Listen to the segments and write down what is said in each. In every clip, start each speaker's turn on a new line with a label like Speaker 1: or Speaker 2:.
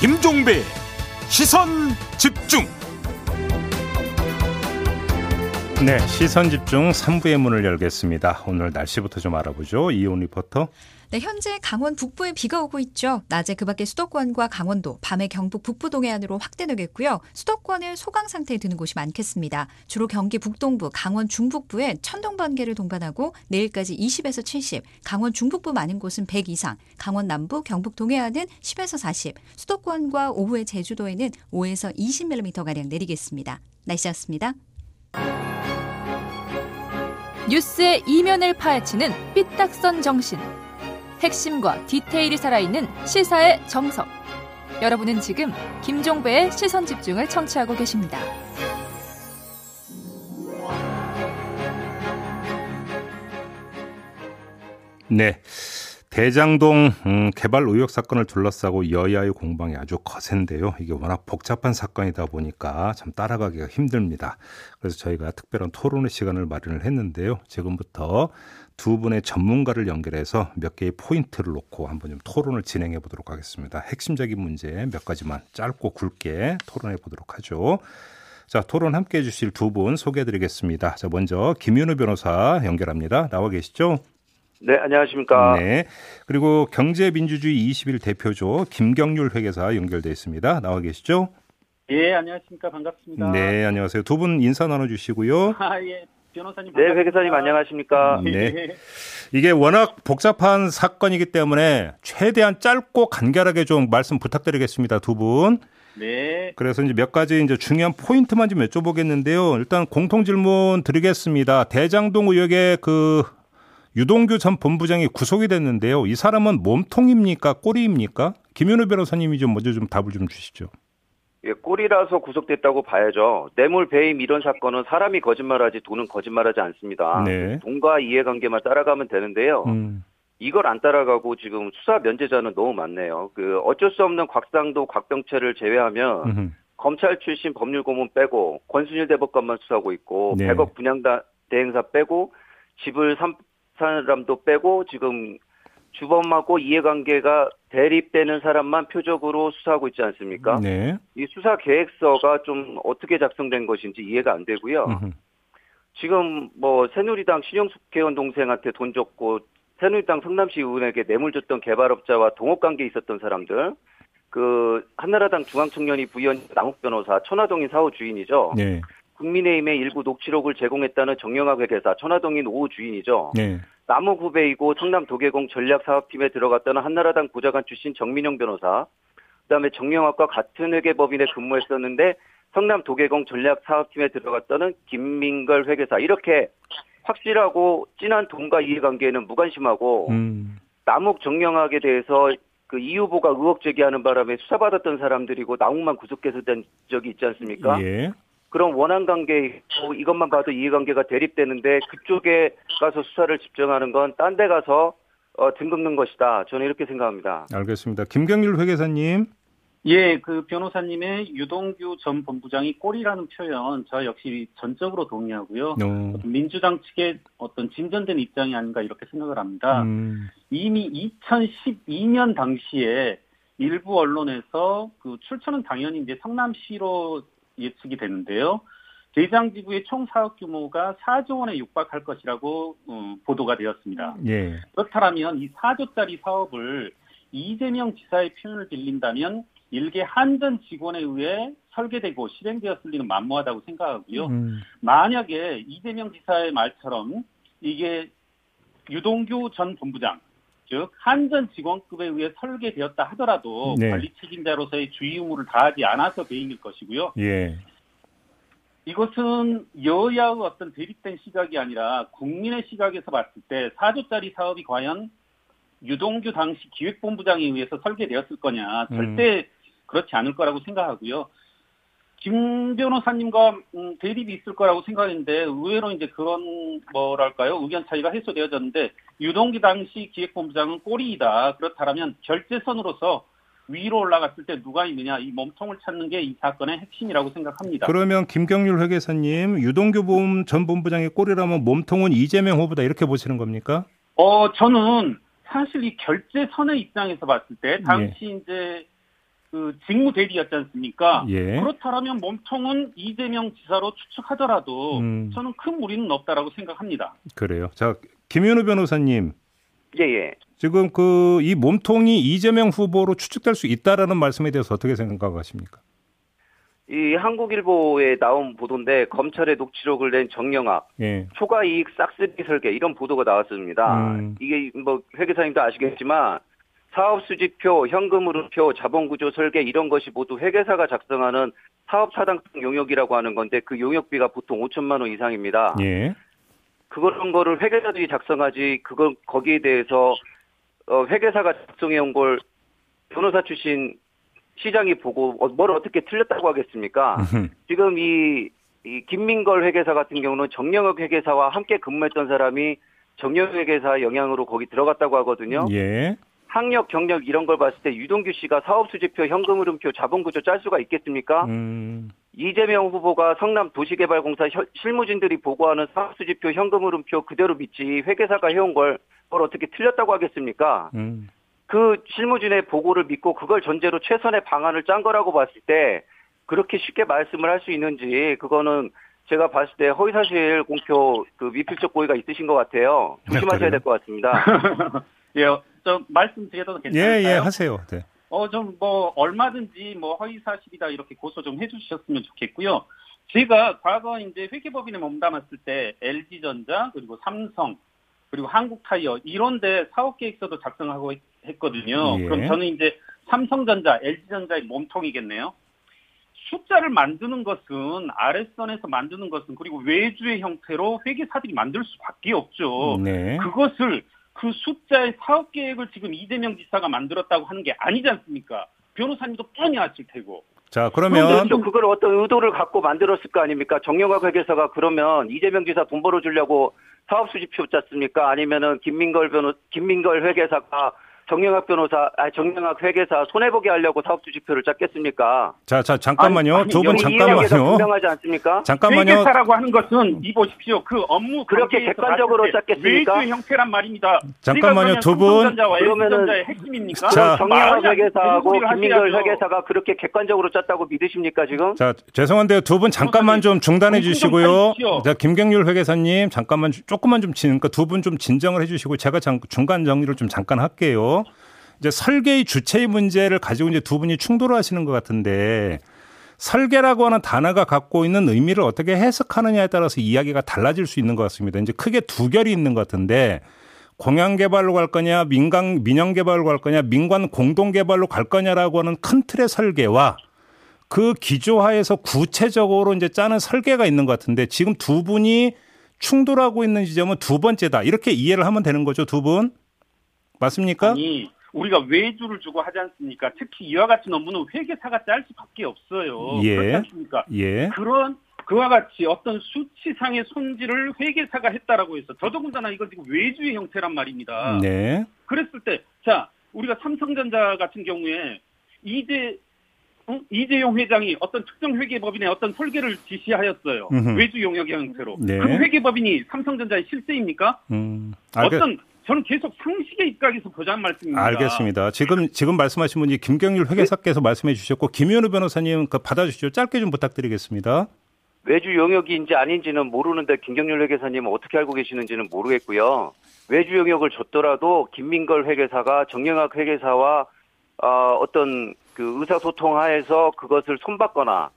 Speaker 1: 김종배 시선 집중.
Speaker 2: 네, 시선 집중 3부의 문을 열겠습니다. 오늘 날씨부터 좀 알아보죠. 이온 리포터.
Speaker 3: 네, 현재 강원 북부에 비가 오고 있죠. 낮에 그밖에 수도권과 강원도, 밤에 경북 북부 동해안으로 확대되겠고요. 수도권은 소강 상태에 드는 곳이 많겠습니다. 주로 경기 북동부, 강원 중북부에 천둥 번개를 동반하고 내일까지 20에서 70, 강원 중북부 많은 곳은 100 이상, 강원 남부, 경북 동해안은 10에서 40, 수도권과 오후에 제주도에는 5에서 20mm 가량 내리겠습니다. 날씨였습니다.
Speaker 4: 뉴스의 이면을 파헤치는 삐딱선 정신. 핵심과 디테일이 살아있는 시사의 정석. 여러분은 지금 김종배의 시선 집중을 청취하고 계십니다.
Speaker 2: 네. 대장동 음, 개발 의혹 사건을 둘러싸고 여야의 공방이 아주 거센데요. 이게 워낙 복잡한 사건이다 보니까 참 따라가기가 힘듭니다. 그래서 저희가 특별한 토론의 시간을 마련을 했는데요. 지금부터 두 분의 전문가를 연결해서 몇 개의 포인트를 놓고 한번 좀 토론을 진행해 보도록 하겠습니다. 핵심적인 문제 몇 가지만 짧고 굵게 토론해 보도록 하죠. 자, 토론 함께 해주실 두 분 소개해 드리겠습니다. 자, 먼저 김윤우 변호사 연결합니다. 나와 계시죠?
Speaker 5: 네, 안녕하십니까.
Speaker 2: 네. 그리고 경제민주주의 21 대표조 김경률 회계사 연결돼 있습니다. 나와 계시죠?
Speaker 6: 예, 안녕하십니까. 반갑습니다.
Speaker 2: 네, 안녕하세요. 두 분 인사 나눠 주시고요.
Speaker 6: 아, 예.
Speaker 5: 네,
Speaker 6: 변호사님 반갑습니다. 예.
Speaker 5: 회계사님 안녕하십니까.
Speaker 2: 네. 이게 워낙 복잡한 사건이기 때문에 최대한 짧고 간결하게 좀 말씀 부탁드리겠습니다. 두 분.
Speaker 6: 네.
Speaker 2: 그래서 이제 몇 가지 이제 중요한 포인트만 좀 여쭤보겠는데요. 일단 공통 질문 드리겠습니다. 대장동 의혹의 그 유동규 전 본부장이 구속이 됐는데요. 이 사람은 몸통입니까? 꼬리입니까? 김윤우 변호사님이 좀 먼저 좀 답을 좀 주시죠.
Speaker 5: 예, 꼴이라서 구속됐다고 봐야죠. 네 뇌물 배임 이런 사건은 사람이 거짓말하지 돈은 거짓말하지
Speaker 6: 아,
Speaker 5: 않습니다.
Speaker 2: 네.
Speaker 5: 돈과 이해관계만 따라가면 되는데요.
Speaker 2: 음,
Speaker 5: 이걸 안 따라가고 지금 수사 면제자는 너무 많네요. 그 어쩔 수 없는 곽상도 곽병채를 제외하면
Speaker 2: 음,
Speaker 5: 검찰 출신 법률 고문 빼고 권순일 대법관만 수사하고 있고
Speaker 2: 네.
Speaker 5: 100억 분양 다- 대행사 빼고 집을 산 사람도 빼고 지금 주범하고 이해관계가 대립되는 사람만 표적으로 수사하고 있지 않습니까?
Speaker 2: 네.
Speaker 5: 이 수사 계획서가 좀 어떻게 작성된 것인지 이해가 안 되고요.
Speaker 2: 음,
Speaker 5: 지금 뭐 새누리당 신영숙 의원 동생한테 돈 줬고 새누리당 성남시 의원에게 뇌물 줬던 개발업자와 동업 관계 있었던 사람들 그 한나라당 중앙청년이 부연 남욱 변호사 천화동인 사호 주인이죠.
Speaker 2: 네.
Speaker 5: 국민의힘의 일부 녹취록을 제공했다는 정영학 회계사 천화동인 오후 주인이죠.
Speaker 2: 네.
Speaker 5: 남욱 후배이고 성남 도계공 전략사업팀에 들어갔다는 한나라당 보좌관 출신 정민영 변호사 그다음에 정영학과 같은 회계법인에 근무했었는데 성남 도계공 전략사업팀에 들어갔다는 김민걸 회계사 이렇게 확실하고 진한 돈과 이해관계에는 무관심하고
Speaker 2: 음,
Speaker 5: 남욱 정영학에 대해서 그 이 후보가 의혹 제기하는 바람에 수사받았던 사람들이고 남욱만 구속해서 된 적이 있지 않습니까?
Speaker 2: 예.
Speaker 5: 그런 원한 관계 있고 이것만 봐도 이해관계가 대립되는데 그쪽에 가서 수사를 집중하는 건 딴 데 가서 어, 등 긁는 것이다. 저는 이렇게 생각합니다.
Speaker 2: 알겠습니다. 김경률 회계사님.
Speaker 6: 예, 그 변호사님의 유동규 전 본부장이 꼴이라는 표현 저 역시 전적으로 동의하고요.
Speaker 2: 어,
Speaker 6: 민주당 측의 어떤 진전된 입장이 아닌가 이렇게 생각을 합니다.
Speaker 2: 음,
Speaker 6: 이미 2012년 당시에 일부 언론에서 그 출처는 당연히 이제 성남시로 예측이 되는데요. 대장지구의 총 사업 규모가 4조 원에 육박할 것이라고 어, 보도가 되었습니다.
Speaker 2: 예.
Speaker 6: 그렇다면 이 4조짜리 사업을 이재명 지사의 표현을 빌린다면 일개 한전 직원에 의해 설계되고 실행되었을 리는 만무하다고 생각하고요.
Speaker 2: 음,
Speaker 6: 만약에 이재명 지사의 말처럼 이게 유동규 전 본부장, 즉 한전 직원급에 의해 설계되었다 하더라도
Speaker 2: 네.
Speaker 6: 관리 책임자로서의 주의 의무를 다하지 않아서 배임일 것이고요.
Speaker 2: 예.
Speaker 6: 이것은 여야의 어떤 대립된 시각이 아니라 국민의 시각에서 봤을 때 4조짜리 사업이 과연 유동규 당시 기획본부장에 의해서 설계되었을 거냐 절대 그렇지 않을 거라고 생각하고요. 김 변호사님과 음, 대립이 있을 거라고 생각했는데 의외로 이제 그런 뭐랄까요 의견 차이가 해소되어졌는데 유동규 당시 기획본부장은 꼬리이다 그렇다면 결재선으로서 위로 올라갔을 때 누가 있느냐 이 몸통을 찾는 게 이 사건의 핵심이라고 생각합니다.
Speaker 2: 그러면 김경률 회계사님, 유동규 본- 전 본부장의 꼴이라면 몸통은 이재명 후보다 이렇게 보시는 겁니까?
Speaker 6: 어, 저는 사실 이 결제선의 입장에서 봤을 때 당시 이제 그 직무 대리였지 않습니까?
Speaker 2: 예.
Speaker 6: 아, 그렇다면 몸통은 이재명 지사로 추측하더라도
Speaker 2: 음.
Speaker 6: 저는 큰 무리는 없다라고 생각합니다.
Speaker 2: 그래요. 자, 김윤우 변호사님.
Speaker 5: 예, 예.
Speaker 2: 지금 그 이 몸통이 이재명 후보로 추측될 수 있다라는 말씀에 대해서 어떻게 생각하십니까?
Speaker 5: 이 한국일보에 나온 보도인데 검찰의 녹취록을 낸 정영학
Speaker 2: 예.
Speaker 5: 초과 이익 싹쓸이 설계 이런 보도가 나왔습니다.
Speaker 2: 음.
Speaker 5: 이게 뭐 회계사님도 아시겠지만 사업 수지표, 현금흐름표, 자본구조 설계 이런 것이 모두 회계사가 작성하는 사업 타당성 용역이라고 하는 건데 그 용역비가 보통 5천만 원 이상입니다.
Speaker 2: 예.
Speaker 5: 그런 거를 회계사들이 작성하지 그걸 거기에 대해서 어, 회계사가 작성해 온 걸 변호사 출신 시장이 보고 어, 뭘 어떻게 틀렸다고 하겠습니까?
Speaker 2: 음.
Speaker 5: 지금 이, 이 김민걸 회계사 같은 경우는 정영혁 회계사와 함께 근무했던 사람이 정영혁 회계사 영향으로 거기 들어갔다고 하거든요.
Speaker 2: 예.
Speaker 5: 학력, 경력 이런 걸 봤을 때 유동규 씨가 사업수지표, 현금흐름표, 자본구조 짤 수가 있겠습니까?
Speaker 2: 음.
Speaker 5: 이재명 후보가 성남 도시개발공사 혀- 실무진들이 보고하는 사업수지표, 현금흐름표 그대로 믿지 회계사가 해온 걸 그걸 어떻게 틀렸다고 하겠습니까?
Speaker 2: 음.
Speaker 5: 그 실무진의 보고를 믿고 그걸 전제로 최선의 방안을 짠 거라고 봤을 때 그렇게 쉽게 말씀을 할 수 있는지 그거는 제가 봤을 때 허위사실 공표 그 미필적 고의가 있으신 것 같아요. 조심하셔야 될 것 같습니다.
Speaker 6: 예, 저 말씀드려도
Speaker 2: 예,
Speaker 6: 괜찮을까요?
Speaker 2: 예, 하세요. 네.
Speaker 6: 어, 좀 뭐 얼마든지 뭐 허위 사실이다 이렇게 고소 좀 해주셨으면 좋겠고요. 제가 과거 이제 회계법인에 몸담았을 때 LG전자 그리고 삼성 그리고 한국타이어 이런데 사업계획서도 작성하고 했- 했거든요.
Speaker 2: 예.
Speaker 6: 그럼 저는 이제 삼성전자, LG전자의 몸통이겠네요. 숫자를 만드는 것은 아랫선에서 만드는 것은 그리고 외주의 형태로 회계사들이 만들 수밖에 없죠.
Speaker 2: 네.
Speaker 6: 어, 그것을 그 숫자의 사업 계획을 지금 이재명 지사가 만들었다고 하는 게 아니지 않습니까? 변호사님도 뻔히 아실 테고.
Speaker 2: 자,
Speaker 5: 그럼
Speaker 2: 그러면
Speaker 5: 또 그걸 어떤 의도를 갖고 만들었을 거 아닙니까? 정영학 회계사가 그러면 이재명 지사 돈 벌어주려고 사업 수집표 짰습니까? 아니면은 김민걸 변호 김민걸 회계사가 정영학 변호사 아 정영학 회계사 손해 보게 하려고 사업 수집표를 짰겠습니까?
Speaker 2: 자, 자, 잠깐만요. 두 분
Speaker 5: 이미 이재명 지사
Speaker 2: 잠깐만요.
Speaker 5: 분명하지 않습니까?
Speaker 2: 잠깐만요. 음.
Speaker 6: 회계사라고 하는 것은 이 보십시오. 그 업무
Speaker 5: 그렇게
Speaker 6: 관계에서
Speaker 5: 객관적으로
Speaker 6: 봤을 때
Speaker 5: 짰겠습니까?
Speaker 6: 외주의 형태란 말입니다.
Speaker 2: 잠깐만요,
Speaker 6: 제가 그러면
Speaker 2: 두 분.
Speaker 6: 삼성전자와
Speaker 5: 그러면은-
Speaker 6: LG전자의 핵심입니까?
Speaker 2: 자.
Speaker 5: 정영학
Speaker 6: 말이 안 되는
Speaker 5: 회계사하고
Speaker 6: 소리를
Speaker 5: 김민걸
Speaker 6: 하셔야죠.
Speaker 5: 회계사가 그렇게 객관적으로 짰다고 믿으십니까 지금?
Speaker 2: 자, 죄송한데요. 두 분 잠깐만 좀 중단해 주시고요. 자, 김경률 회계사님 잠깐만 주- 조금만 좀 진, 그러니까 두 분 좀 진정을 해 주시고 제가 잠, 중간 정리를 좀 잠깐 할게요. 이제 설계의 주체의 문제를 가지고 이제 두 분이 충돌을 하시는 것 같은데 설계라고 하는 단어가 갖고 있는 의미를 어떻게 해석하느냐에 따라서 이야기가 달라질 수 있는 것 같습니다. 이제 크게 두 결이 있는 것 같은데 공양 개발로 갈 거냐, 민간 민영 개발로 갈 거냐, 민관 공동 개발로 갈 거냐라고 하는 큰 틀의 설계와 그 기조하에서 구체적으로 이제 짜는 설계가 있는 것 같은데 지금 두 분이 충돌하고 있는 지점은 두 번째다. 이렇게 이해를 하면 되는 거죠, 두 분? 맞습니까?
Speaker 6: 아니, 우리가 외주를 주고 하지 않습니까? 특히 이와 같은 업무는 회계사가 짤 수밖에 없어요.
Speaker 2: 예.
Speaker 6: 그렇지 않습니까?
Speaker 2: 예.
Speaker 6: 그런 그와 같이 어떤 수치상의 손질을 회계사가 했다라고 해서 더더군다나 이건 지금 외주의 형태란 말입니다.
Speaker 2: 네.
Speaker 6: 그랬을 때, 자 우리가 삼성전자 같은 경우에 이재 응? 이재용 회장이 어떤 특정 회계법인의 어떤 설계를 지시하였어요.
Speaker 2: 음흠.
Speaker 6: 외주 용역의 형태로.
Speaker 2: 네.
Speaker 6: 그 회계법인이 삼성전자의 실세입니까?
Speaker 2: 음. 알겠,
Speaker 6: 어떤 저는 계속 상식의 입각에서 보자는 말씀입니다.
Speaker 2: 알겠습니다. 지금 지금 말씀하신 분이 김경률 회계사께서 말씀해 주셨고 김현우 변호사님 그 받아 주시죠. 짧게 좀 부탁드리겠습니다.
Speaker 5: 외주 용역인지 아닌지는 모르는데 김경률 회계사님은 어떻게 알고 계시는지는 모르겠고요. 외주 용역을 줬더라도 김민걸 회계사가 정영학 회계사와 어, 어떤 그 의사소통 하에서 그것을 손봤거나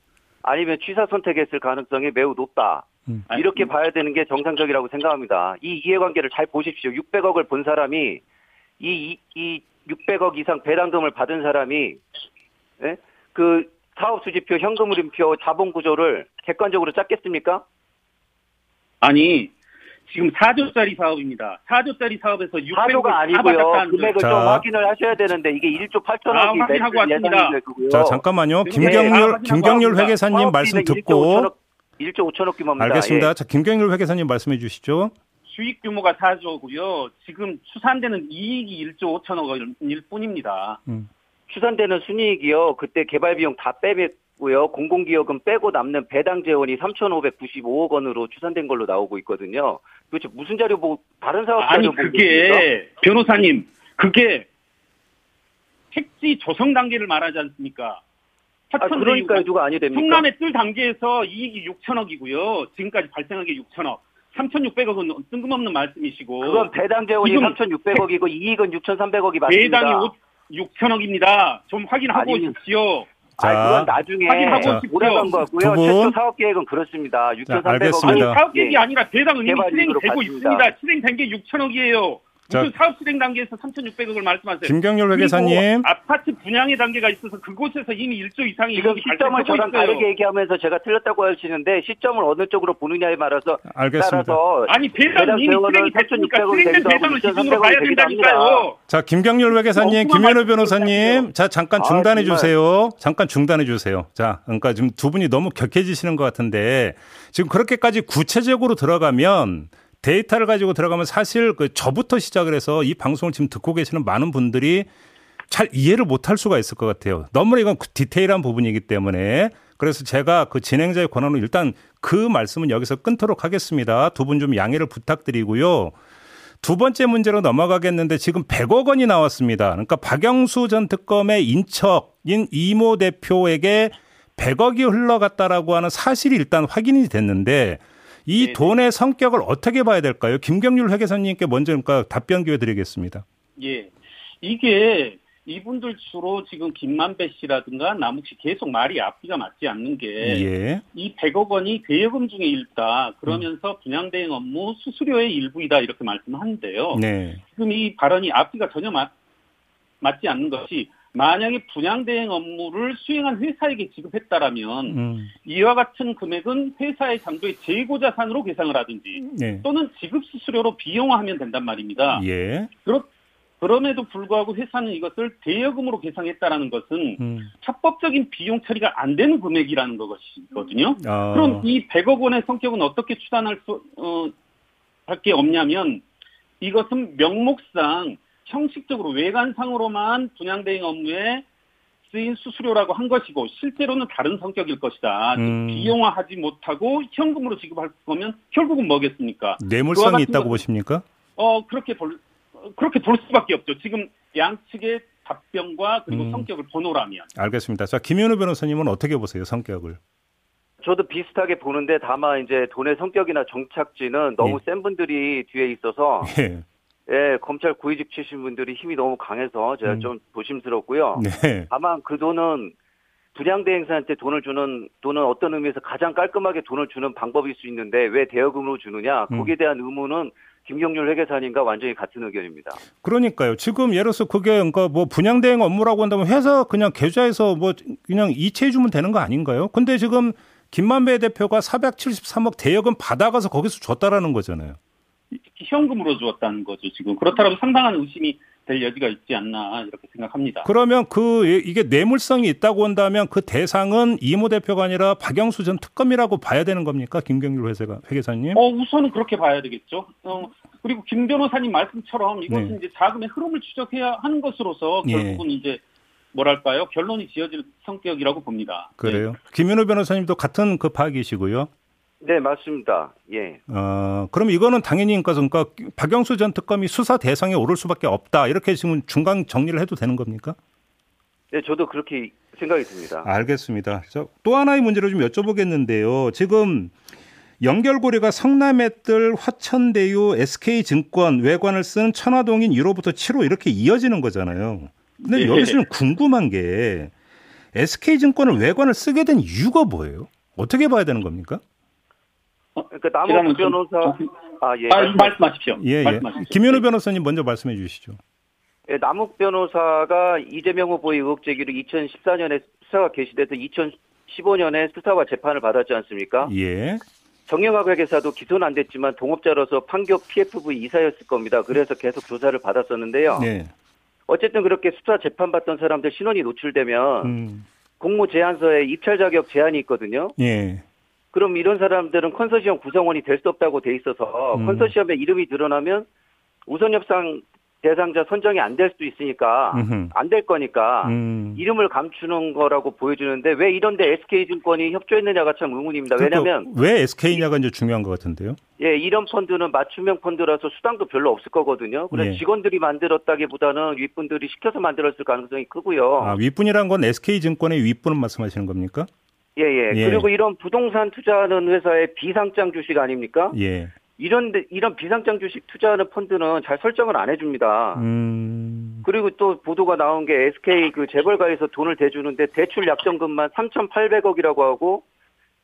Speaker 5: 아니면 취사 선택했을 가능성이 매우 높다.
Speaker 6: 아니, 음.
Speaker 5: 이렇게 봐야 되는 게 정상적이라고 생각합니다. 이 이해관계를 잘 보십시오. 600억을 본 사람이 이, 이, 이 600억 이상 배당금을 받은 사람이 예? 그 사업 수지표, 현금 흐름표, 자본 구조를 객관적으로 짰겠습니까?
Speaker 6: 아니 지금 4조짜리 사업입니다. 4조짜리 사업에서 600억
Speaker 5: 4조가 아니고요. 금액을
Speaker 2: 자.
Speaker 5: 좀 확인을 하셔야 되는데 이게 1조 8천억이
Speaker 6: 아, 확인하고 왔습니다.
Speaker 5: 예상이 될 거고요.
Speaker 2: 자, 잠깐만요.
Speaker 6: 네,
Speaker 2: 김경률
Speaker 6: 아,
Speaker 2: 김경률
Speaker 6: 맞습니다.
Speaker 2: 회계사님 말씀 듣고
Speaker 5: 1조 5천억 규모입니다.
Speaker 2: 알겠습니다. 자, 김경률 회계사님 말씀해 주시죠.
Speaker 6: 수익 규모가 4조고요. 지금 추산되는 이익이 1조 5천억 원일 뿐입니다.
Speaker 5: 예. 추산되는 순이익이요. 그때 개발 비용 다 빼고요. 공공기업은 빼고 남는 배당 재원이 3,595억 원으로 추산된 걸로 나오고 있거든요. 도대체 무슨 자료 보고 다른 사업 자료
Speaker 6: 아니
Speaker 5: 보고 계십니까?
Speaker 6: 그게 변호사님 그게 택지 조성 단계를 말하지
Speaker 5: 아,
Speaker 6: 않습니까? 하천
Speaker 5: 그러니까 누가 아니 됩니까?
Speaker 6: 충남의 뜰 단계에서 이익이 6천억이고요. 지금까지 발생한 게 6천억. 3,600억은 뜬금없는 말씀이시고
Speaker 5: 그건 배당 재원이
Speaker 6: 지금
Speaker 5: 3,600억이고 이익은 6,300억이 맞습니다.
Speaker 6: 배당이 6천억입니다. 좀 확인하고
Speaker 5: 아니.
Speaker 6: 오십시오.
Speaker 5: 아니, 그건 나중에
Speaker 6: 확인하고
Speaker 5: 자,
Speaker 6: 싶고요.
Speaker 5: 오래간 거고요.
Speaker 2: 두 분.
Speaker 5: 최초 사업 계획은 그렇습니다. 6,300억. 예.
Speaker 6: 아니
Speaker 2: 알겠습니다.
Speaker 5: 이
Speaker 6: 사업 계획이 아니라 배당 의미
Speaker 5: 개발
Speaker 6: 예. 실행이
Speaker 5: 이익으로
Speaker 6: 되고
Speaker 5: 봤습니다.
Speaker 6: 있습니다. 실행된 게 6천억이에요. 무슨 사업 실행 단계에서 3,600억을 말씀하세요.
Speaker 2: 김경률
Speaker 6: 그리고
Speaker 2: 회계사님.
Speaker 6: 아파트 분양의 단계가 있어서 그곳에서 이미 1조 이상의
Speaker 5: 지금
Speaker 6: 이익이
Speaker 5: 시점을
Speaker 6: 발생하고
Speaker 5: 저랑 다르게
Speaker 6: 있어요.
Speaker 5: 얘기하면서 제가 틀렸다고 하시는데 시점을 어느 쪽으로 보느냐에 말아서
Speaker 2: 알겠습니다.
Speaker 5: 따라서
Speaker 6: 아니 배당
Speaker 5: 배당
Speaker 6: 이미
Speaker 5: 재원은
Speaker 6: 실행이 됐으니까
Speaker 5: 3,600을
Speaker 6: 실행된
Speaker 5: 되기도
Speaker 6: 배당을
Speaker 5: 하고
Speaker 6: 기준으로 봐야
Speaker 5: 6,300을
Speaker 6: 된다니까요.
Speaker 5: 되기도
Speaker 2: 자, 김경률
Speaker 5: 어,
Speaker 2: 회계사님,
Speaker 6: 엉뚱한
Speaker 2: 김현우
Speaker 6: 말씀
Speaker 2: 변호사님, 자, 잠깐
Speaker 5: 아,
Speaker 2: 중단해
Speaker 5: 정말.
Speaker 2: 주세요. 잠깐 중단해 주세요. 자, 그러니까 지금 두 분이 너무 격해지시는 것 같은데 지금 그렇게까지 구체적으로 들어가면 데이터를 가지고 들어가면 사실 그 저부터 시작을 해서 이 방송을 지금 듣고 계시는 많은 분들이 잘 이해를 못 할 수가 있을 것 같아요. 너무나 이건 그 디테일한 부분이기 때문에 그래서 제가 그 진행자의 권한으로 일단 그 말씀은 여기서 끊도록 하겠습니다. 두 분 좀 양해를 부탁드리고요. 두 번째 문제로 넘어가겠는데 지금 100억 원이 나왔습니다. 그러니까 박영수 전 특검의 인척인 이모 대표에게 100억이 흘러갔다라고 하는 사실이 일단 확인이 됐는데 이
Speaker 6: 네네.
Speaker 2: 돈의 성격을 어떻게 봐야 될까요? 김경률 회계사님께 먼저 그러니까 답변 기회 드리겠습니다.
Speaker 6: 예. 이게 이분들 주로 지금 김만배 씨라든가 남욱 씨 계속 말이 앞뒤가 맞지 않는 게
Speaker 2: 예.
Speaker 6: 이 100억 원이 대여금 중에 일부다. 그러면서 분양대행 업무 수수료의 일부이다. 이렇게 말씀하는데요.
Speaker 2: 네.
Speaker 6: 지금 이 발언이 앞뒤가 전혀 맞, 맞지 않는 것이 만약에 분양대행 업무를 수행한 회사에게 지급했다라면
Speaker 2: 음.
Speaker 6: 이와 같은 금액은 회사의 장부의 재고자산으로 계상을 하든지
Speaker 2: 네.
Speaker 6: 또는 지급 수수료로 비용화하면 된단 말입니다.
Speaker 2: 예.
Speaker 6: 그렇, 그럼에도 불구하고 회사는 이것을 대여금으로 계상했다라는 것은
Speaker 2: 음.
Speaker 6: 합법적인 비용 처리가 안 되는 금액이라는 것이거든요.
Speaker 2: 아.
Speaker 6: 그럼 이 100억 원의 성격은 어떻게 추단할 수, 어, 밖에 없냐면 이것은 명목상 형식적으로 외관상으로만 분양대행 업무에 쓰인 수수료라고 한 것이고 실제로는 다른 성격일 것이다.
Speaker 2: 음.
Speaker 6: 비용화하지 못하고 현금으로 지급할 거면 결국은 뭐겠습니까? 그와
Speaker 2: 뇌물성이
Speaker 6: 같은
Speaker 2: 있다고
Speaker 6: 것-
Speaker 2: 보십니까?
Speaker 6: 어 그렇게 볼 어, 그렇게 볼 수밖에 없죠. 지금 양측의 답변과 그리고
Speaker 2: 음.
Speaker 6: 성격을 번호라면
Speaker 2: 알겠습니다. 자, 김현우 변호사님은 어떻게 보세요? 성격을.
Speaker 5: 저도 비슷하게 보는데 다만 이제 돈의 성격이나 정착지는 너무
Speaker 6: 예.
Speaker 5: 센 분들이 뒤에 있어서
Speaker 2: 예.
Speaker 5: 예, 검찰 고위직 출신 분들이 힘이 너무 강해서 제가
Speaker 2: 음.
Speaker 5: 좀
Speaker 6: 어.
Speaker 5: 조심스럽고요.
Speaker 6: 음.
Speaker 2: 네.
Speaker 5: 다만 그 돈은 분양대행사한테 돈을 주는 돈은 어떤 의미에서 가장 깔끔하게 돈을 주는 방법일 수 있는데 왜 대여금으로 주느냐
Speaker 6: 음.
Speaker 5: 거기에 대한 의무는 김경률 회계사님과 완전히 같은 의견입니다.
Speaker 2: 그러니까요. 지금 예를 들어서 그게 그러니까 뭐 분양 대행 업무라고 한다면 회사 그냥 계좌에서 뭐 그냥 이체해 주면 되는 거 아닌가요? 근데 지금 김만배 대표가 473억 대여금 받아가서 거기서 줬다라는 거잖아요.
Speaker 6: 현금으로 주었다는 거죠. 지금 그렇다면 상당한 의심이 될 여지가 있지 않나 이렇게 생각합니다.
Speaker 2: 그러면 그 이- 이게 뇌물성이 있다고 한다면 그 대상은 이모 대표가 아니라 박영수 전 특검이라고 봐야 되는 겁니까? 김경률 회사가 회계사님?
Speaker 6: 어 우선은 그렇게 봐야 되겠죠. 어, 그리고 김 변호사님 말씀처럼 이것은
Speaker 2: 네. 예.
Speaker 6: 이제 자금의 흐름을 추적해야 하는 것으로서 결국은 이제 뭐랄까요 결론이 지어질 성격이라고 봅니다. 예.
Speaker 2: 그래요. 김현우 변호사님도 같은 그 파악이시고요.
Speaker 5: 네 맞습니다. 예.
Speaker 2: 어, 그럼 이거는 당연히 그러니까, 그러니까 박영수 전 특검이 수사 대상에 오를 수밖에 없다. 이렇게 지금 중간 정리를 해도 되는 겁니까?
Speaker 5: 네 저도 그렇게 생각이
Speaker 6: 아,
Speaker 5: 듭니다.
Speaker 2: 알겠습니다. 자, 또 하나의 문제를 좀 여쭤보겠는데요. 지금 연결고리가 성남의뜰 화천대유 SK증권 외관을 쓴 천화동인 1호부터 7호 이렇게 이어지는 거잖아요. 근데
Speaker 6: 예.
Speaker 2: 여기서 좀 궁금한 게 SK증권을 외관을 쓰게 된 이유가 뭐예요? 어떻게 봐야 되는 겁니까?
Speaker 5: 그러니까
Speaker 6: 시간은
Speaker 5: 남욱
Speaker 6: 좀-
Speaker 5: 변호사 아 예.
Speaker 6: 네. 아, 말씀하십시오.
Speaker 2: 예, 예.
Speaker 6: 말씀하십시오. 네.
Speaker 2: 김현우 변호사님 먼저 말씀해 주시죠.
Speaker 5: 예, 남욱 변호사가 이재명 후보의 의혹 제기로 2014년에 수사가 개시돼서 2015년에 수사와 재판을 받았지 않습니까?
Speaker 2: 예.
Speaker 5: 정영학 회계사도 기소는 안 됐지만 동업자로서 판교 PFV 이사였을 겁니다. 그래서 계속 조사를 받았었는데요.
Speaker 2: 네.
Speaker 5: 어쨌든 그렇게 수사 재판 받던 사람들 신원이 노출되면
Speaker 2: 음.
Speaker 5: 공모 제안서에 입찰 자격 제한이 있거든요.
Speaker 2: 예.
Speaker 5: 그럼 이런 사람들은 컨소시엄 구성원이 될 수 없다고 돼 있어서
Speaker 2: 음.
Speaker 5: 컨소시엄에 이름이 드러나면 우선 협상 대상자 선정이 안 될 수도
Speaker 6: 아,
Speaker 5: 있으니까
Speaker 2: 음흠.
Speaker 5: 안 될 거니까
Speaker 2: 음.
Speaker 5: 이름을 감추는 거라고 보여주는데 왜 이런데 SK증권이 협조했느냐가 참 의문입니다.
Speaker 2: 그러니까
Speaker 5: 왜냐하면
Speaker 2: 왜 SK냐가 이제 중요한 것 같은데요.
Speaker 5: 예, 이런 펀드는 맞춤형 펀드라서 수당도 별로 없을 거거든요. 그래서
Speaker 2: 예.
Speaker 5: 직원들이 만들었다기보다는 윗분들이 시켜서 만들었을 가능성이
Speaker 2: 아,
Speaker 6: 어.
Speaker 5: 크고요.
Speaker 2: 윗분이란 건 SK 증권의 윗분을 말씀하시는 겁니까?
Speaker 5: 예, 예.
Speaker 2: 예.
Speaker 5: 그리고 이런 부동산 투자하는 회사의 비상장 주식 아닙니까?
Speaker 6: 어?
Speaker 2: 예.
Speaker 5: 이런 데- 이런 비상장 주식 투자하는 펀드는 잘 설정을 안
Speaker 6: 아.
Speaker 5: 해줍니다.
Speaker 2: 음.
Speaker 5: 그리고 또 보도가 나온 게 SK 그 재벌가에서 돈을 대주는데 대출 약정금만 3,800억이라고 하고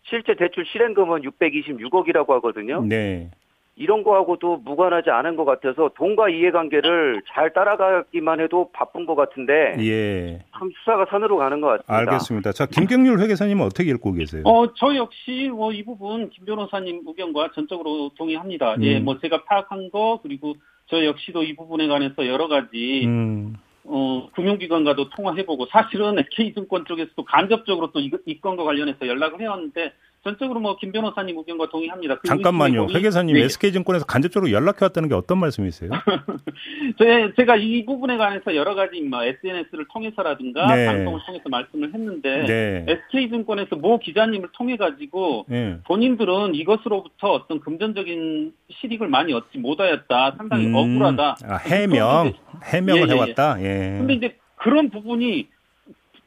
Speaker 5: 실제 대출 실행금은 626억이라고 하거든요.
Speaker 2: 네.
Speaker 5: 이런 거하고도 무관하지 않은 것 같아서 돈과 이해관계를 잘 따라가기만 해도 바쁜 것 같은데
Speaker 6: 네.
Speaker 2: 예.
Speaker 5: 참 수사가 산으로 가는 것 같습니다.
Speaker 6: 그러니까.
Speaker 2: 알겠습니다. 자, 김경률 회계사님은 어떻게 읽고 계세요?
Speaker 6: 어, 저 역시 뭐 이 부분 김 변호사님 의견과 전적으로 동의합니다. 예,
Speaker 2: 음.
Speaker 6: 뭐 제가 파악한 거 그리고 저 역시도 이 부분에 관해서 여러 가지
Speaker 2: 음.
Speaker 6: 어, 금융기관과도 통화해보고 사실은 SK증권 쪽에서도 간접적으로 또 이, 이 건과 관련해서 연락을 해왔는데 전적으로 뭐 김 변호사님 의견과 동의합니다. 그
Speaker 2: 잠깐만요.
Speaker 6: 의견이-
Speaker 2: 회계사님
Speaker 6: 네.
Speaker 2: SK 증권에서 간접적으로 연락해 왔다는 게 어떤 말씀이세요?
Speaker 6: 제, 제가 이 부분에 관해서 여러 가지 뭐 SNS를 통해서라든가
Speaker 2: 네.
Speaker 6: 방송을 통해서 말씀을 했는데
Speaker 2: 네.
Speaker 6: SK증권에서 모 기자님을 통해 가지고
Speaker 2: 예.
Speaker 6: 본인들은 이것으로부터 어떤 금전적인 실익을 많이 얻지 못하였다. 상당히
Speaker 2: 음.
Speaker 6: 억울하다.
Speaker 2: 아, 해명, 해명을
Speaker 6: 예, 예, 예.
Speaker 2: 해왔다. 예.
Speaker 6: 근데 이제 그런 부분이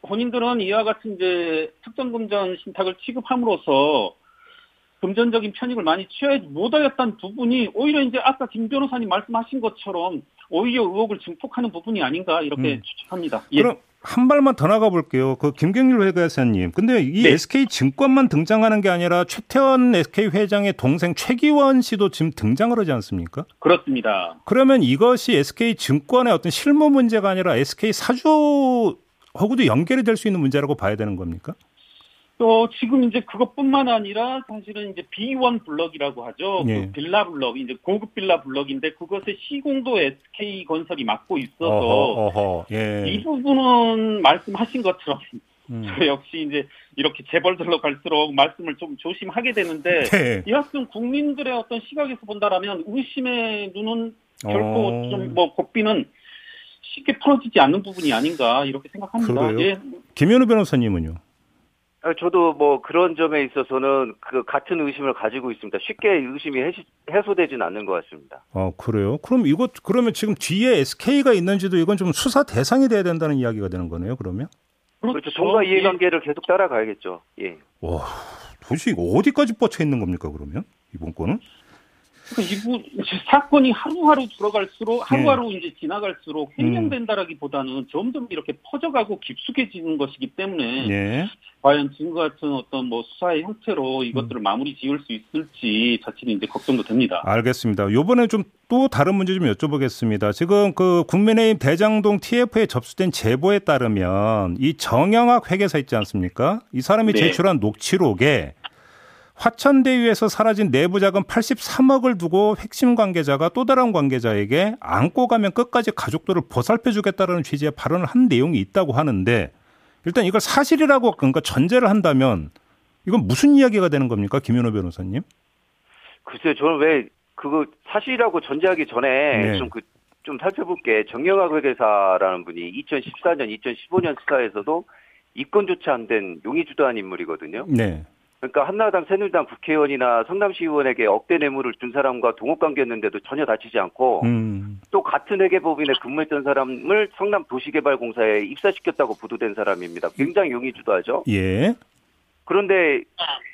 Speaker 6: 본인들은 이와 같이 이제 특정 금전 신탁을 취급함으로써 금전적인 편익을 많이 취하지 못하였다는 부분이 오히려 이제 아까 김 변호사님 말씀하신 것처럼 오히려 의혹을 증폭하는 부분이 아닌가 이렇게
Speaker 2: 음.
Speaker 6: 추측합니다. 예.
Speaker 2: 그럼 한 발만 더 나가 볼게요. 그 김경률 회계사님. 근데 이
Speaker 6: 네.
Speaker 2: SK 증권만 등장하는 게 아니라 최태원 SK 회장의 동생 최기원 씨도 지금 등장을 하지 않습니까?
Speaker 6: 그렇습니다.
Speaker 2: 그러면 이것이 SK 증권의 어떤 실무 문제가 아니라 SK 사주하고도 연결이 될 수 있는 문제라고 봐야 되는 겁니까?
Speaker 6: 또 지금 이제 그것뿐만 아니라 사실은 이제 B1 블럭이라고 하죠.
Speaker 2: 예.
Speaker 6: 그 빌라 블럭, 이제 고급 빌라 블럭인데 그것의 시공도 SK 건설이 맡고 있어서
Speaker 2: 어허, 어허.
Speaker 6: 그렇죠. 이
Speaker 2: 예.
Speaker 6: 부분은 말씀하신 것처럼
Speaker 2: 음.
Speaker 6: 저 역시 이제 이렇게 재벌들로 갈수록 말씀을 좀 조심하게 되는데
Speaker 2: 네.
Speaker 6: 이학은 국민들의 어떤 시각에서 본다라면 의심의 눈은 결코
Speaker 2: 어.
Speaker 6: 좀 뭐 고삐는 쉽게 풀어지지 않는 부분이 아닌가 이렇게 생각합니다.
Speaker 2: 그래요?
Speaker 6: 예.
Speaker 2: 김현우 변호사님은요?
Speaker 5: 아, 저도 뭐 그런 점에 있어서는 그 같은 의심을 가지고 있습니다. 쉽게 의심이 해시, 해소되진 않는 것 같습니다.
Speaker 2: 어, 그래요? 그럼 이것, 그러면 지금 뒤에 SK가 있는지도 이건 좀 수사 대상이 돼야 된다는 이야기가 되는 거네요, 그러면?
Speaker 5: 그렇죠. 돈과
Speaker 6: 예.
Speaker 5: 이해관계를 계속 따라가야겠죠. 예.
Speaker 2: 와, 도대체 이거 어디까지 뻗쳐 있는 겁니까, 그러면? 이번 건은?
Speaker 6: 그 이부 사건이 하루하루
Speaker 2: 네.
Speaker 6: 들어갈수록 하루하루 이제
Speaker 2: 음.
Speaker 6: 지나갈수록 해명된다라기보다는 점점 이렇게 퍼져가고 깊숙해지는 것이기 때문에
Speaker 2: 예.
Speaker 6: 과연 지금 같은 어떤 뭐 수사의 형태로 이것들을
Speaker 2: 음.
Speaker 6: 마무리 지을 수 있을지 자체는 이제 걱정도 됩니다.
Speaker 2: 알겠습니다. 요번에 좀 또 다른 문제 좀 여쭤보겠습니다. 지금 그 국민의힘 대장동 TF에 접수된 제보에 따르면 이 정영학 회계사 있지 않습니까? 이 사람이
Speaker 6: 네.
Speaker 2: 제출한 녹취록에 화천대유에서 사라진 내부 자금 83억을 두고 핵심 관계자가 또 다른 관계자에게 안고 가면 끝까지 가족들을 보살펴 주겠다라는 취지의 발언을 한 내용이 있다고 하는데 일단 이걸 사실이라고 그러니까 전제를 한다면 이건 무슨 이야기가 되는 겁니까? 김현호 변호사님?
Speaker 5: 글쎄요, 저는 왜 그거 사실이라고 전제하기 전에
Speaker 2: 네.
Speaker 5: 좀 그, 좀 살펴볼게. 정영학 회계사라는 분이 2014년, 2015년 수사에서도 입건조차 안 된 용의 주도한 인물이거든요.
Speaker 2: 네.
Speaker 5: 그러니까 한나라당 새누리당 국회의원이나 성남시의원에게 억대 뇌물을 준 사람과 동업관계였는데도 전혀 다치지 않고
Speaker 2: 음.
Speaker 5: 또 같은 회계법인에 근무했던 사람을 성남도시개발공사에 입사시켰다고 보도된 사람입니다. 굉장히 용의 주도하죠.
Speaker 2: 예.
Speaker 5: 그런데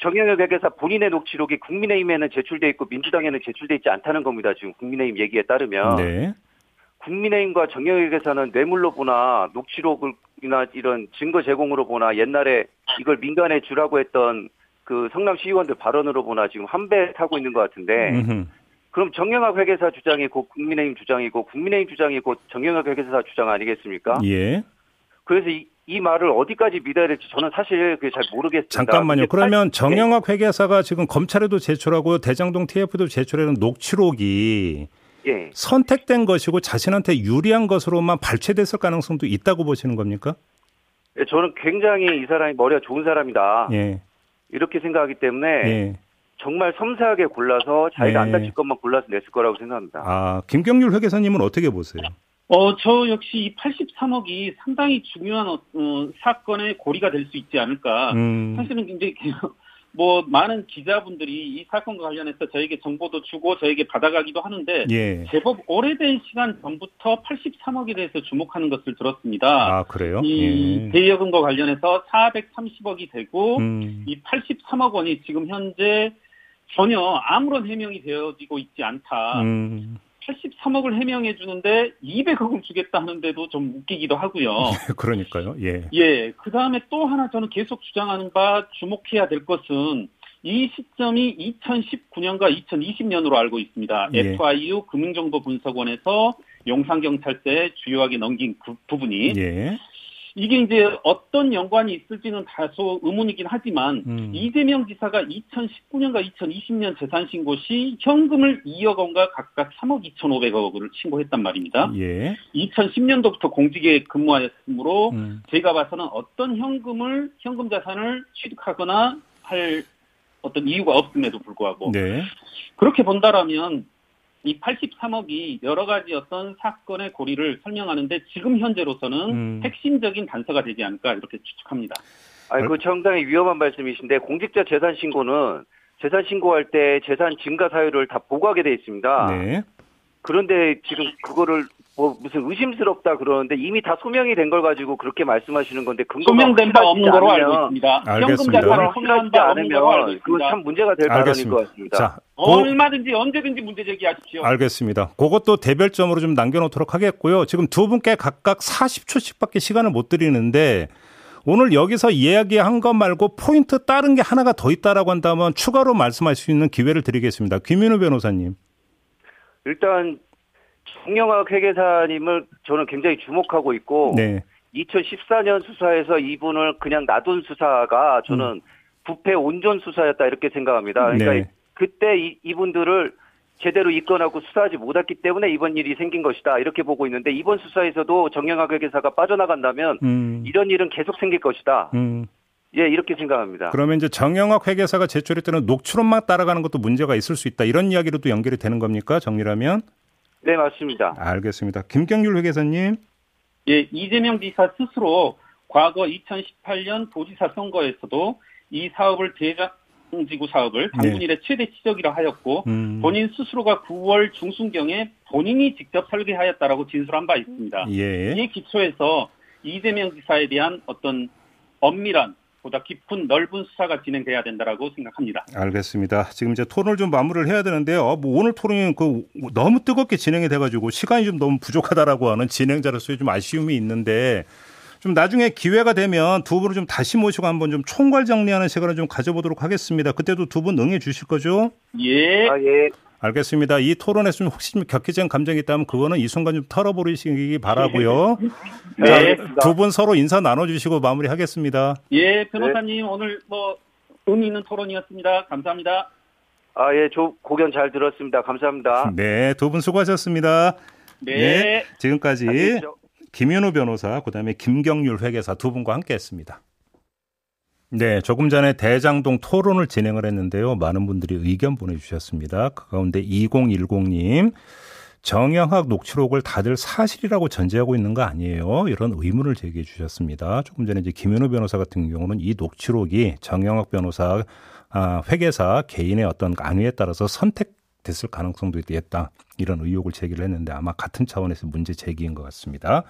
Speaker 5: 정영혁 회계사 본인의 녹취록이 국민의힘에는 제출돼 있고 민주당에는 제출돼 있지 않다는 겁니다. 지금 국민의힘 얘기에 따르면
Speaker 2: 네.
Speaker 5: 국민의힘과 정영혁 회계사는 뇌물로 보나 녹취록이나 이런 증거 제공으로 보나 옛날에 이걸 민간에 주라고 했던 그 성남시의원들 발언으로 보나 지금 한 배 타고 있는 것
Speaker 6: 네.
Speaker 5: 같은데
Speaker 2: 음흠.
Speaker 5: 그럼 정영학 회계사 주장이고 국민의힘 주장이고 국민의힘 주장이고 정영학 회계사 주장 아니겠습니까?
Speaker 2: 예.
Speaker 5: 그래서 이, 이 말을 어디까지 믿어야 될지 저는 사실 그게 잘 모르겠습니다.
Speaker 2: 잠깐만요.
Speaker 5: 근데
Speaker 2: 그러면
Speaker 5: 팔-
Speaker 6: 네.
Speaker 2: 정영학 회계사가 지금 검찰에도 제출하고 대장동 TF도 제출하는 녹취록이
Speaker 5: 예, 예.
Speaker 2: 선택된 것이고 자신한테 유리한 것으로만 발췌됐을 가능성도 있다고 보시는 겁니까?
Speaker 5: 예, 저는 굉장히 이 사람이 머리가 좋은
Speaker 6: 아,
Speaker 5: 사람이다
Speaker 2: 예.
Speaker 5: 이렇게 생각하기 때문에
Speaker 6: 네.
Speaker 2: 예.
Speaker 5: 정말 섬세하게 골라서 자기가
Speaker 2: 예.
Speaker 5: 안 다칠 것만 골라서 냈을 거라고 생각합니다.
Speaker 2: 아, 김경률 회계사님은 어떻게 보세요?
Speaker 6: 어, 저 역시 이 83억이 상당히 중요한 어, 어, 사건의 고리가 될 수 있지 않을까.
Speaker 2: 음,
Speaker 6: 아, 사실은 굉장히 뭐 많은 기자분들이 이 사건과 관련해서 저에게 정보도 주고 저에게 받아가기도 하는데
Speaker 2: 예.
Speaker 6: 제법 오래된 시간 전부터 83억에 대해서 주목하는 것을 들었습니다.
Speaker 2: 아 그래요?
Speaker 6: 이
Speaker 2: 예.
Speaker 6: 대여금과 관련해서 430억이 되고
Speaker 2: 음,
Speaker 6: 이 83억 원이 지금 현재 전혀 아무런 해명이 되어지고 있지 않다.
Speaker 2: 음.
Speaker 6: 83억을 해명해 주는데 200억을 주겠다 하는데도 좀 웃기기도 하고요.
Speaker 2: 그러니까요. 예.
Speaker 6: 예, 그 다음에 또 하나 저는 계속 주장하는 바 주목해야 될 것은 이 시점이 2019년과 2020년으로 알고 있습니다.
Speaker 2: 예.
Speaker 6: FIU 금융정보분석원에서 용산경찰서에 주요하게 넘긴 그 부분이
Speaker 2: 예.
Speaker 6: 이게 이제 어떤 연관이 있을지는 다소 의문이긴 하지만
Speaker 2: 음.
Speaker 6: 이재명 지사가 2019년과 2020년 재산 신고 시 현금을 2억 원과 각각 3억 2,500억 원을 신고했단 말입니다.
Speaker 2: 예.
Speaker 6: 2010년도부터 공직에 근무하였으므로
Speaker 2: 음.
Speaker 6: 제가 봐서는 어떤 현금을 현금 자산을 취득하거나 할 어떤 이유가 없음에도 불구하고
Speaker 2: 네.
Speaker 6: 그렇게 본다라면 이 83억이 여러 가지 어떤 사건의 고리를 설명하는데 지금 현재로서는
Speaker 2: 음.
Speaker 6: 핵심적인 단서가 되지 않을까 이렇게 추측합니다.
Speaker 5: 아니, 그 상당히 위험한 말씀이신데 공직자 재산 신고는 재산 신고할 때 재산 증가 사유를 다 보고하게 돼 있습니다.
Speaker 6: 아,
Speaker 2: 네.
Speaker 5: 그런데 지금 그거를 뭐 무슨 의심스럽다 그러는데 이미 다 소명이 된 걸 가지고 그렇게 말씀하시는 건데 근거가
Speaker 6: 소명된 바 없는 거로 알고
Speaker 5: 않으면,
Speaker 6: 있습니다. 현금
Speaker 2: 알겠습니다.
Speaker 6: 자산을
Speaker 5: 근거가
Speaker 6: 소명한
Speaker 5: 확실하지
Speaker 6: 바 없는 거로 알고
Speaker 5: 않으면 그건
Speaker 6: 있습니다.
Speaker 5: 참 문제가 될 발언인
Speaker 2: 알겠습니다.
Speaker 5: 것 같습니다.
Speaker 2: 자, 고,
Speaker 6: 얼마든지 언제든지 문제 제기하십시오.
Speaker 2: 알겠습니다. 그것도 대별점으로 좀 남겨놓도록 하겠고요. 지금 두 분께 각각 40초씩밖에 시간을 못 드리는데 오늘 여기서 이야기한 것 말고 포인트 다른 게 하나가 더 있다라고 한다면 추가로 말씀할 수 있는 기회를 드리겠습니다. 김민우 변호사님.
Speaker 5: 일단 정영학 회계사님을 저는 굉장히 주목하고 있고
Speaker 2: 네.
Speaker 5: 2014년 수사에서 이분을 그냥 놔둔 수사가 저는 부패 온전 수사였다 이렇게 생각합니다. 그러니까
Speaker 2: 음. 네.
Speaker 5: 그때 이, 이분들을 제대로 입건하고 수사하지 못했기 때문에 이번 일이 생긴 것이다 이렇게 보고 있는데 이번 수사에서도 정영학 회계사가 빠져나간다면
Speaker 2: 음.
Speaker 5: 이런 일은 계속 생길 것이다.
Speaker 2: 음.
Speaker 5: 예 이렇게 생각합니다.
Speaker 2: 그러면 이제 정영학 회계사가 제출했다는 녹취록만 따라가는 것도 문제가 있을 수 있다. 이런 이야기로도 연결이 되는 겁니까? 정리라면?
Speaker 5: 네 맞습니다.
Speaker 2: 알겠습니다. 김경률 회계사님.
Speaker 6: 예, 이재명 지사 스스로 과거 2018년 도지사 선거에서도 이 사업을 대장지구
Speaker 5: 네.
Speaker 6: 사업을 당군일의 최대 치적이라 하였고
Speaker 2: 음.
Speaker 6: 본인 스스로가 9월 중순경에 본인이 직접 설계하였다라고 진술한 바 있습니다.
Speaker 2: 예.
Speaker 6: 이에 기초해서 이재명 지사에 대한 어떤 엄밀한 보다 깊은 넓은 수사가 진행돼야 된다라고 생각합니다.
Speaker 2: 알겠습니다. 지금 이제 토론을 좀 마무리를 해야 되는데요. 어, 뭐 오늘 토론이 그 너무 뜨겁게 진행이 돼가지고 시간이 좀 너무 부족하다라고 하는 진행자로서의 좀 아쉬움이 있는데 좀 나중에 기회가 되면 두 분을 좀 다시 모시고 한번 좀 총괄 정리하는 시간을 좀 가져보도록 하겠습니다. 그때도 두 분 응해 주실 거죠?
Speaker 6: 예.
Speaker 5: 아 예.
Speaker 2: 알겠습니다. 이 토론에서 좀 혹시 좀 격해진 감정이 있다면 그거는 이 순간 좀 털어버리시기 바라고요.
Speaker 6: 네,
Speaker 5: 알겠습니다.
Speaker 2: 두 분 서로 인사 나눠주시고 마무리하겠습니다.
Speaker 6: 예, 변호사님 오늘 뭐 의미 있는 토론이었습니다. 감사합니다.
Speaker 5: 아 예. 저 고견 잘 들었습니다. 감사합니다.
Speaker 2: 네, 두 분 수고하셨습니다.
Speaker 6: 네.
Speaker 5: 안녕히
Speaker 2: 지금까지
Speaker 5: 계십시오.
Speaker 2: 김윤우 변호사, 그다음에 김경률 회계사 두 분과 함께했습니다. 네, 조금 전에 대장동 토론을 진행을 했는데요. 많은 분들이 의견 보내주셨습니다. 그 가운데 2010님 정영학 녹취록을 다들 사실이라고 전제하고 있는 거 아니에요? 이런 의문을 제기해 주셨습니다. 조금 전에 이제 김윤우 변호사 같은 경우는 이 녹취록이 정영학 변호사 아, 회계사 개인의 어떤 안위에 따라서 선택됐을 가능성도 있다 이런 의혹을 제기를 했는데 아마 같은 차원에서 문제 제기인 것 같습니다.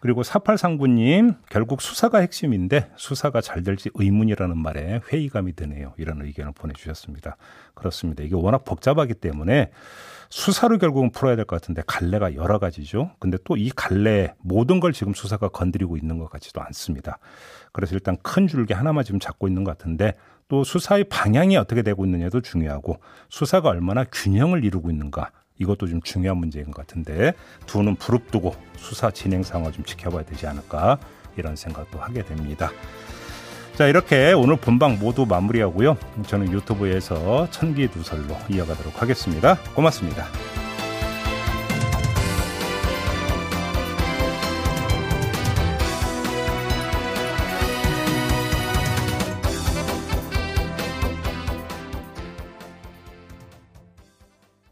Speaker 2: 그리고 4839님, 결국 수사가 핵심인데 수사가 잘 될지 의문이라는 말에 회의감이 드네요. 이런 의견을 보내주셨습니다. 그렇습니다. 이게 워낙 복잡하기 때문에 수사로 결국은 풀어야 될 것 같은데 갈래가 여러 가지죠. 근데 또 이 갈래 모든 걸 지금 수사가 건드리고 있는 것 같지도 않습니다. 그래서 일단 큰 줄기 하나만 지금 잡고 있는 것 같은데 또 수사의 방향이 어떻게 되고 있느냐도 중요하고 수사가 얼마나 균형을 이루고 있는가 이것도 좀 중요한 문제인 것 같은데 두 눈 부릅뜨고 수사 진행 상황을 좀 지켜봐야 되지 않을까 이런 생각도 하게 됩니다. 자 이렇게 오늘 본방 모두 마무리하고요. 저는 유튜브에서 천기누설로 이어가도록 하겠습니다. 고맙습니다.